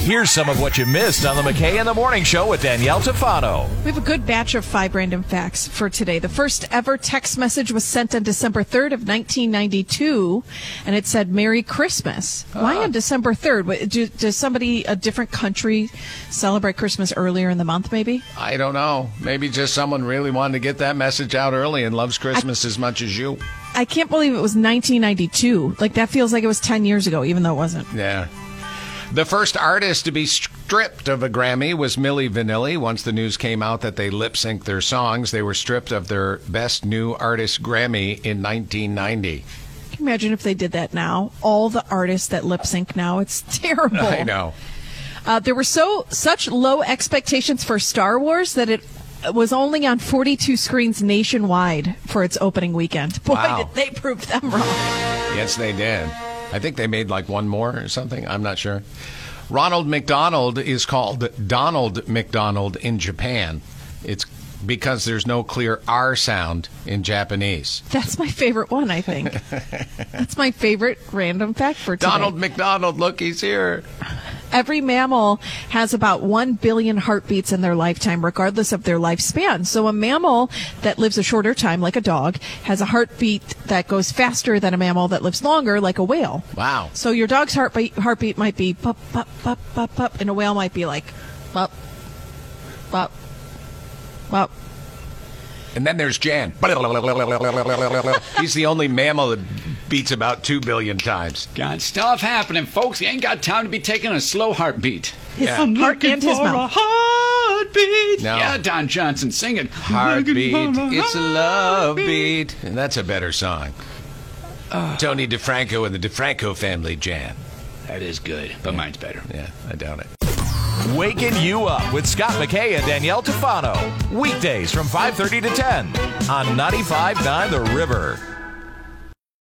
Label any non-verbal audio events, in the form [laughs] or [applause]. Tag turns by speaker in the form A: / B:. A: Here's some of what you missed on the McKay in the Morning Show with Danielle Tafano.
B: We have a good batch of five random facts for today. The first ever text message was sent on December 3rd of 1992, and it said "Merry Christmas."
C: Ah.
B: Why on December 3rd? What- Do, does somebody a different country celebrate Christmas earlier in the month? Maybe
C: I don't know. Maybe just someone really wanted to get that message out early and loves Christmas as much as you.
B: I can't believe it was 1992. Like that feels like it was 10 years ago, even though it wasn't.
C: Yeah. The first artist to be stripped of a Grammy was Millie Vanilli. Once the news came out that they lip synced their songs, they were stripped of their Best New Artist Grammy in 1990.
B: Can you imagine if they did that now? All the artists that lip sync now, it's [laughs] terrible.
C: I know.
B: Uh, there were so such low expectations for Star Wars that it was only on 42 screens nationwide for its opening weekend. [laughs] Boy,
C: Wow.
B: did they prove them wrong.
C: Yes, they did. I think they made like one more or something. I'm not sure. Ronald McDonald is called Donald McDonald in Japan. It's because there's no clear R sound in Japanese.
B: That's my favorite one, I think.
C: [laughs]
B: That's my favorite random fact for today.
C: Donald McDonald, look, he's here.
B: Every mammal has about 1 billion heartbeats in their lifetime, regardless of their lifespan. So a mammal that lives a shorter time, like a dog, has a heartbeat that goes faster than a mammal that lives longer, like a whale.
C: Wow.
B: So your dog's heartbeat, heartbeat might be pop, pop, pop, pop, pop, and a whale might be like, pop, pop, pop.
C: And then there's Jan. He's the only mammal that beats about two billion times.
D: Got stuff happening, folks. You ain't got time to be taking a slow heartbeat.
B: His heart and his mouth.
D: heartbeat.
C: No.
D: Yeah, Don Johnson, sing it. [laughs]
C: Heartbeat,
D: Looking for
C: it's a love beat. And that's a better song. Tony DeFranco and the DeFranco family, Jan.
D: That is good, but mine's better.
C: Yeah, I doubt it.
A: Waking you up with Scott McKay and Danielle Tafano. Weekdays from 5.30 to 10 on 95.9 The River.